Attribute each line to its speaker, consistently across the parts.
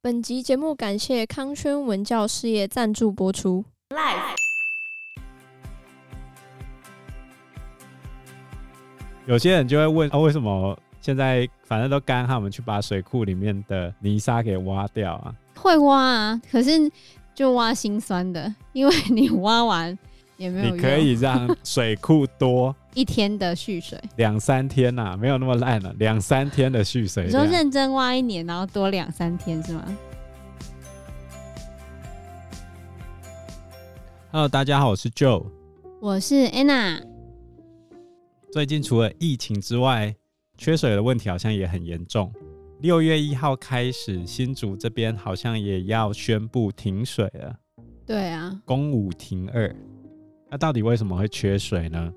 Speaker 1: 本集节目感谢康轩文教事业赞助播出。
Speaker 2: 有些人就会问啊，为什么现在反正都干旱，我们去把水库里面的泥沙给挖掉啊？
Speaker 3: 会挖啊，可是就挖心酸的，因为你挖完也没有
Speaker 2: 你可
Speaker 3: 用
Speaker 2: 以让水库多
Speaker 3: 一天的蓄水。
Speaker 2: 两三天呐、没有那么烂了、两三天的蓄水
Speaker 3: 你说
Speaker 2: 量。
Speaker 3: 认真挖一年，然后多两三天是吗？
Speaker 2: Hello，大家好，我是 Joe。
Speaker 3: 我是 Anna，
Speaker 2: 最近除了疫情之外，缺水的问题好像也很严重。六月一号开始，新竹这边好像也要宣布停水了。
Speaker 3: 对啊，
Speaker 2: 公五停二。那到底为什么会缺水呢？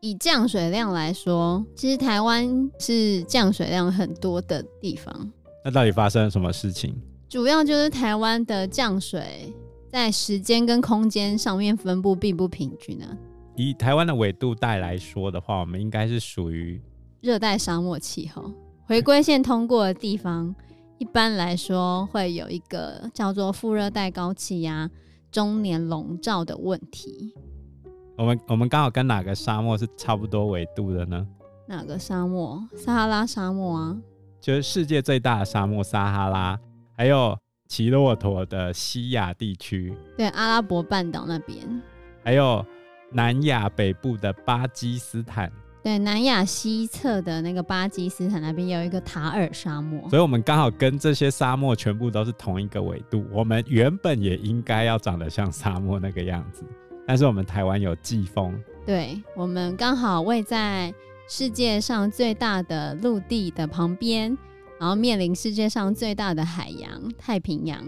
Speaker 3: 以降水量来说，其实台湾是降水量很多的地方，
Speaker 2: 那到底发生了什么事情？
Speaker 3: 主要就是台湾的降水在时间跟空间上面分布并不平均啊。
Speaker 2: 以台湾的纬度带来说的话，我们应该是属于
Speaker 3: 热带沙漠气候，回归线通过的地方，一般来说会有一个叫做副热带高气压中年笼罩的问题。
Speaker 2: 我们我们刚好跟哪个沙漠是差不多纬度的呢？
Speaker 3: 哪个沙漠？撒哈拉沙漠啊，
Speaker 2: 就是世界最大的沙漠撒哈拉，还有骑骆驼的西亚地区，
Speaker 3: 对，阿拉伯半岛那边，
Speaker 2: 还有南亚北部的巴基斯坦。
Speaker 3: 对，南亚西侧的那个巴基斯坦那边有一个塔尔沙漠。
Speaker 2: 所以我们刚好跟这些沙漠全部都是同一个纬度。我们原本也应该要长得像沙漠那个样子，但是我们台湾有季风，
Speaker 3: 对，我们刚好位在世界上最大的陆地的旁边，然后面临世界上最大的海洋——太平洋。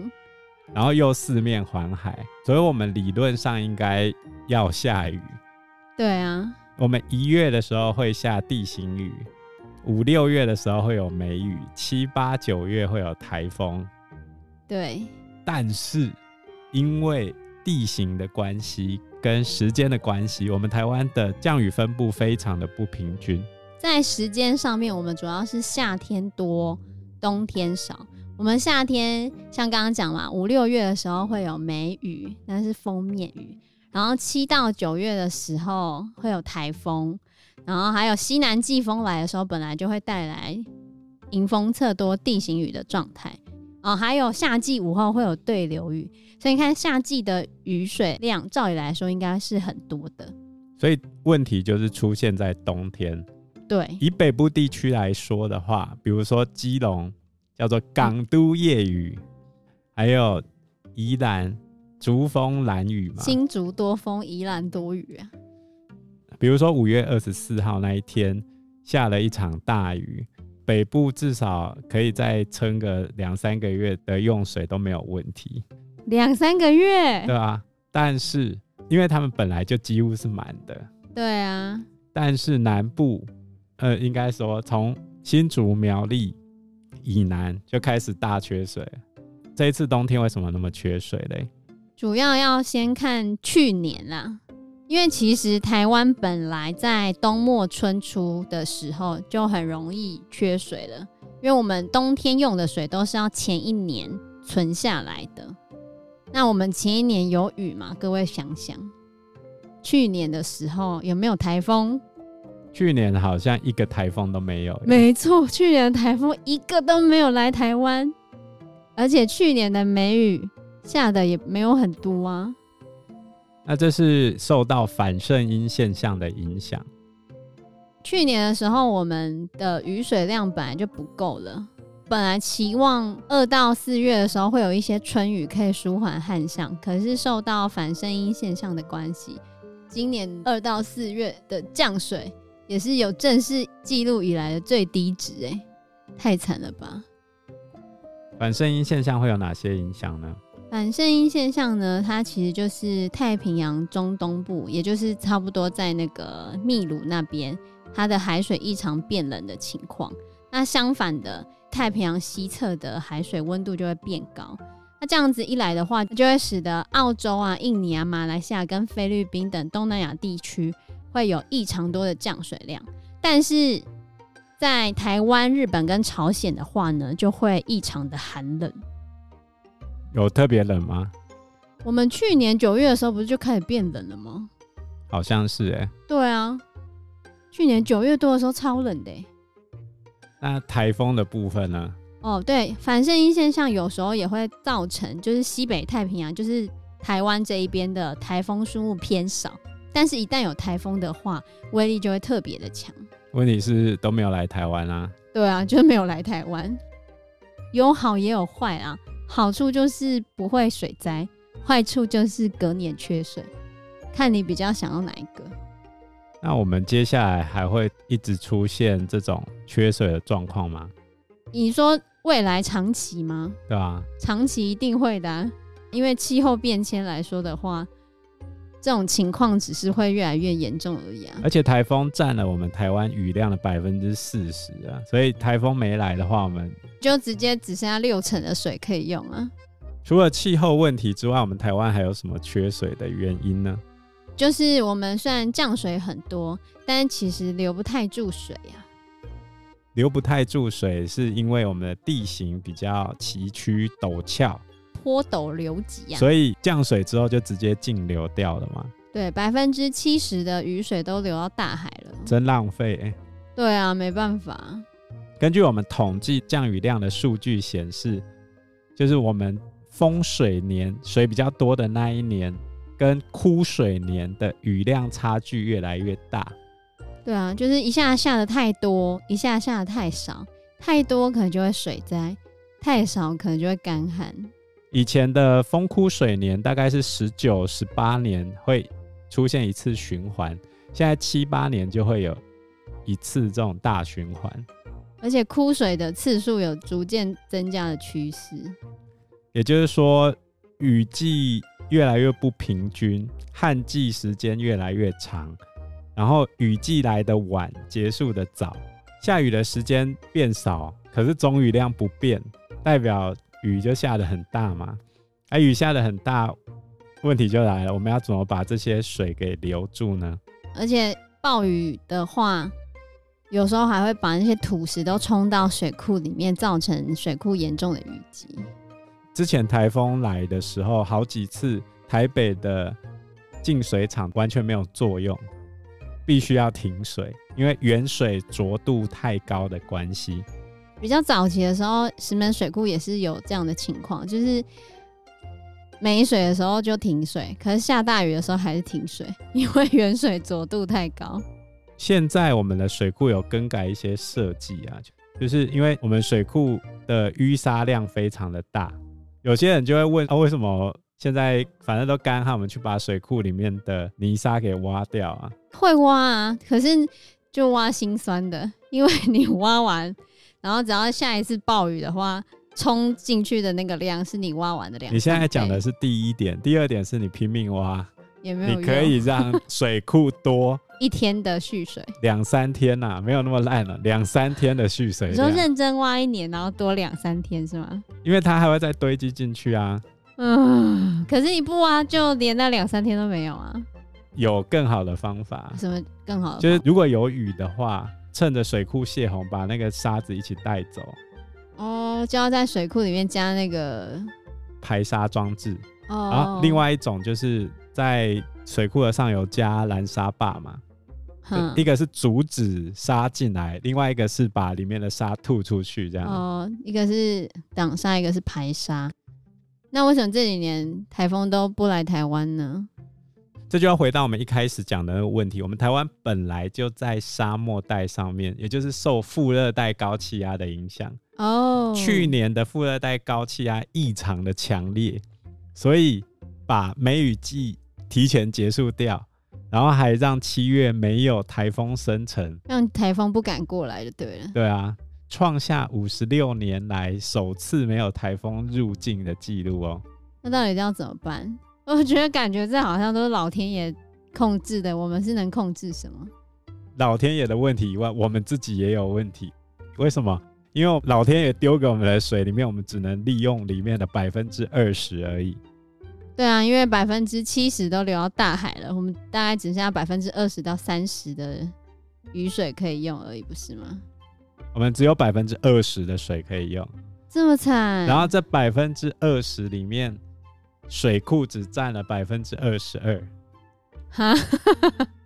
Speaker 2: 然后又四面环海，所以我们理论上应该要下雨。
Speaker 3: 对啊，
Speaker 2: 我们一月的时候会下地形雨，五六月的时候会有梅雨，七八九月会有台风。
Speaker 3: 对，
Speaker 2: 但是因为地形的关系跟时间的关系，我们台湾的降雨分布非常的不平均。
Speaker 3: 在时间上面，我们主要是夏天多，冬天少。我们夏天像刚刚讲嘛，五六月的时候会有梅雨，那是封面雨。然后七到九月的时候会有台风，然后还有西南季风来的时候，本来就会带来迎风侧多地形雨的状态。哦，还有夏季午后会有对流雨，所以你看夏季的雨水量，照理来说应该是很多的。
Speaker 2: 所以问题就是出现在冬天。
Speaker 3: 对，
Speaker 2: 以北部地区来说的话，比如说基隆叫做港都夜雨，还有宜兰竹风蓝雨嘛。
Speaker 3: 新竹多风，宜兰多雨啊。
Speaker 2: 比如说五月二十四号那一天下了一场大雨，北部至少可以再撑个两三个月的用水都没有问题，
Speaker 3: 两三个月
Speaker 2: 对。吧、但是因为他们本来就几乎是满的，
Speaker 3: 对啊，
Speaker 2: 但是南部，呃，应该说从新竹苗栗以南就开始大缺水了。这一次冬天为什么那么缺水嘞？
Speaker 3: 主要要先看去年啦，因为其实台湾本来在冬末春初的时候就很容易缺水了，因为我们冬天用的水都是要前一年存下来的。那我们前一年有雨嘛？各位想想，去年的时候有没有台风？
Speaker 2: 去年好像一个台风都没有 耶，
Speaker 3: 没错，去年的台风一个都没有来台湾，而且去年的梅雨下的也没有很多啊。
Speaker 2: 那这是受到反圣音现象的影响。
Speaker 3: 去年的时候，我们的雨水量本来就不够了，本来期望二到四月的时候会有一些春雨可以舒缓旱象，可是受到反声音现象的关系，今年二到四月的降水也是有正式记录以来的最低值、欸，哎，太惨了吧！
Speaker 2: 反圣音现象会有哪些影响呢？
Speaker 3: 反圣音现象呢，它其实就是太平洋中东部，也就是差不多在那个秘鲁那边，它的海水异常变冷的情况。那相反的，太平洋西侧的海水温度就会变高。那这样子一来的话，就会使得澳洲啊、印尼啊、马来西亚跟菲律宾等东南亚地区会有异常多的降水量，但是在台湾、日本跟朝鲜的话呢，就会异常的寒冷。
Speaker 2: 有特别冷吗？
Speaker 3: 我们去年九月的时候不是就开始变冷了吗？
Speaker 2: 好像是哎、
Speaker 3: 对啊，去年九月多的时候超冷的欸、
Speaker 2: 那台风的部分呢？
Speaker 3: 哦，对，反射音现象有时候也会造成，就是西北太平洋，就是台湾这一边的台风数目偏少，但是一旦有台风的话，威力就会特别的强。
Speaker 2: 问题是都没有来台湾啊。
Speaker 3: 对啊，就是没有来台湾，有好也有坏啊。好处就是不会水灾，坏处就是隔年缺水，看你比较想要哪一个。
Speaker 2: 那我们接下来还会一直出现这种缺水的状况吗？
Speaker 3: 你说未来长期吗？
Speaker 2: 对吧、
Speaker 3: 长期一定会的啊、因为气候变迁来说的话，这种情况只是会越来越严重而已啊。
Speaker 2: 而且台风占了我们台湾雨量的百分之四十啊，所以台风没来的话，我们
Speaker 3: 就直接只剩下六成的水可以用啊。
Speaker 2: 除了气候问题之外，我们台湾还有什么缺水的原因呢？
Speaker 3: 就是我们虽然降水很多，但其实留不太住水啊。
Speaker 2: 留不太住水，是因为我们的地形比较崎岖陡峭，
Speaker 3: 坡陡流急啊，
Speaker 2: 所以降水之后就直接径流掉了嘛，
Speaker 3: 对，百分之七十的雨水都流到大海了。
Speaker 2: 真浪费、欸
Speaker 3: 对啊，没办法，
Speaker 2: 根据我们统计降雨量的数据显示，就是我们丰水年水比较多的那一年，跟枯水年的雨量差距越来越大。
Speaker 3: 对啊，就是一下下的太多，一下下的太少，太多可能就会水灾，太少可能就会干旱。
Speaker 2: 以前的丰枯水年大概是十九、十八年会出现一次循环，现在七八年就会有一次这种大循环。
Speaker 3: 而且枯水的次数有逐渐增加的趋势。
Speaker 2: 也就是说，雨季越来越不平均，旱季时间越来越长，然后雨季来的晚，结束的早，下雨的时间变少，可是总雨量不变，代表雨就下的很大嘛。啊，雨下的很大，问题就来了，我们要怎么把这些水给留住呢？
Speaker 3: 而且暴雨的话，有时候还会把那些土石都冲到水库里面，造成水库严重的淤积。
Speaker 2: 之前台风来的时候，好几次台北的净水厂完全没有作用，必须要停水，因为原水浊度太高的关系。
Speaker 3: 比较早期的时候，石门水库也是有这样的情况，就是没水的时候就停水，可是下大雨的时候还是停水，因为 原水浊度太高。
Speaker 2: 现在我们的水库有更改一些设计啊，就是因为我们水库的淤沙量非常的大，有些人就会问啊，为什么现在反正都干旱，我们去把水库里面的泥沙给挖掉啊？
Speaker 3: 会挖啊，可是就挖心酸的，因为你挖完，然后只要下一次暴雨的话，冲进去的那个量是你挖完的量。
Speaker 2: 你现在讲的是第一点，第二点是你拼命挖。
Speaker 3: 也没有
Speaker 2: 你
Speaker 3: 用，
Speaker 2: 可以让水库多
Speaker 3: 一天的蓄水。
Speaker 2: 两三天呐、没有那么烂了、两三天的蓄水
Speaker 3: 你说
Speaker 2: 量，
Speaker 3: 认真挖一年，然后多两三天是吗？
Speaker 2: 因为它还会再堆积进去啊。
Speaker 3: 嗯，可是你不挖，就连那两三天都没有啊。
Speaker 2: 有更好的方法，
Speaker 3: 什么更好的？
Speaker 2: 啊就是如果有雨的话，趁着水库泄洪，把那个沙子一起带走，
Speaker 3: 哦，就要在水库里面加那个
Speaker 2: 排沙装置。
Speaker 3: 哦。
Speaker 2: 然后啊另外一种就是在水库的上游加拦沙坝嘛，就
Speaker 3: 哼
Speaker 2: 一个是阻止沙进来，另外一个是把里面的沙吐出去，这样。
Speaker 3: 哦，一个是挡沙，一个是排沙。那为什么这几年台风都不来台湾呢？
Speaker 2: 这就要回到我们一开始讲的那个问题。我们台湾本来就在沙漠带上面，也就是受副热带高气压的影响。
Speaker 3: 哦，
Speaker 2: 去年的副热带高气压异常的强烈，所以把梅雨季提前结束掉，然后还让七月没有台风生成。
Speaker 3: 让台风不敢过来就对了。
Speaker 2: 对啊，创下五十六年来首次没有台风入境的记录哦。
Speaker 3: 那到底要怎么办？我觉得感觉这好像都是老天爷控制的，我们是能控制什么？
Speaker 2: 老天爷的问题以外，我们自己也有问题。为什么？因为老天爷丢给我们的水里面，我们只能利用里面的百分之二十而已。
Speaker 3: 对啊，因为百分之七十都流到大海了，我们大概只剩下百分之二十到三十的雨水可以用而已，不是吗？
Speaker 2: 我们只有百分之二十的水可以用，
Speaker 3: 这么惨。
Speaker 2: 然后这百分之二十里面，水库只占了百分之二十二。
Speaker 3: 哈，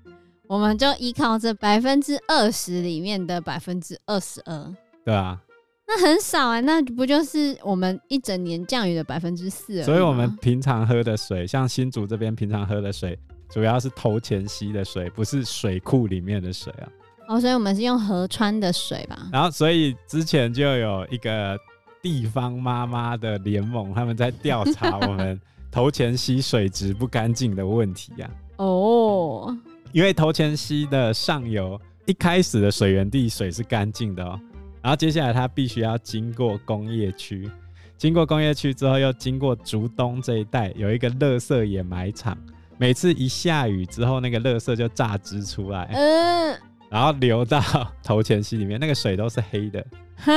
Speaker 3: 我们就依靠这百分之二十里面的百分之二十二，
Speaker 2: 对啊，
Speaker 3: 那很少哎、那不就是我们一整年降雨的百分之四？
Speaker 2: 所以我们平常喝的水，像新竹这边平常喝的水，主要是头前溪的水，不是水库里面的水啊。
Speaker 3: 哦，所以我们是用河川的水吧？
Speaker 2: 然后，所以之前就有一个地方妈妈的联盟，他们在调查我们头前溪水质不干净的问题呀、
Speaker 3: 哦，
Speaker 2: 因为头前溪的上游一开始的水源地水是干净的哦，然后接下来它必须要经过工业区，经过工业区之后又经过竹东这一带有一个垃圾掩埋场，每次一下雨之后，那个垃圾就榨汁出来，
Speaker 3: 嗯、
Speaker 2: 然后流到头前溪里面，那个水都是黑的。
Speaker 3: 哈，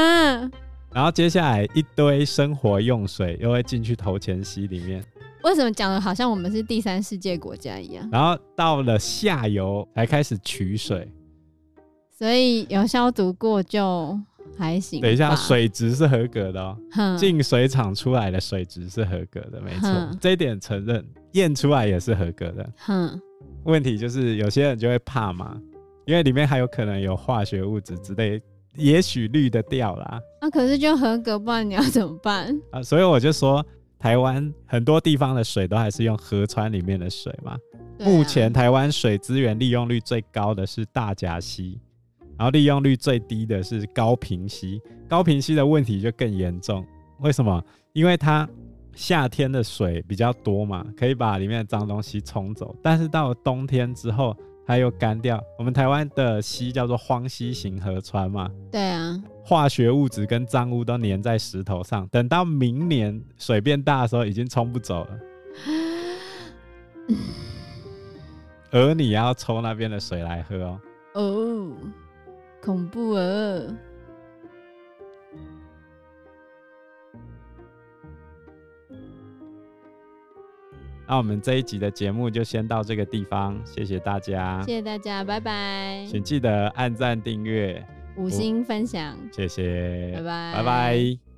Speaker 2: 然后接下来一堆生活用水又会进去头前溪里面，
Speaker 3: 为什么讲的好像我们是第三世界国家一样？
Speaker 2: 然后到了下游才开始取水。
Speaker 3: 所以有消毒过就还行吧。
Speaker 2: 等一下，水质是合格的哦，
Speaker 3: 哼
Speaker 2: 进水厂出来的水质是合格的，没错
Speaker 3: 嗯，
Speaker 2: 这一点承认，验出来也是合格的。
Speaker 3: 哼，
Speaker 2: 问题就是有些人就会怕嘛，因为里面还有可能有化学物质之类，也许滤得掉啦
Speaker 3: 那、啊可是就合格，不然你要怎么办？
Speaker 2: 啊，所以我就说。台湾很多地方的水都还是用河川里面的水嘛，
Speaker 3: 对啊
Speaker 2: 目前台湾水资源利用率最高的是大甲溪，然后利用率最低的是高平溪。高平溪的问题就更严重，为什么？因为它夏天的水比较多嘛，可以把里面的脏东西冲走，但是到了冬天之后，它又干掉。我们台湾的溪叫做荒溪型河川嘛，
Speaker 3: 对啊，
Speaker 2: 化学物质跟脏污都粘在石头上，等到明年水变大的时候，已经冲不走了。而你要抽那边的水来喝哦。
Speaker 3: 哦，恐怖哦。
Speaker 2: 那我们这一集的节目就先到这个地方，谢谢大家，
Speaker 3: 谢谢大家，拜拜，
Speaker 2: 请记得按赞订阅，
Speaker 3: 五星分享，
Speaker 2: 谢谢，
Speaker 3: 拜拜，
Speaker 2: 拜拜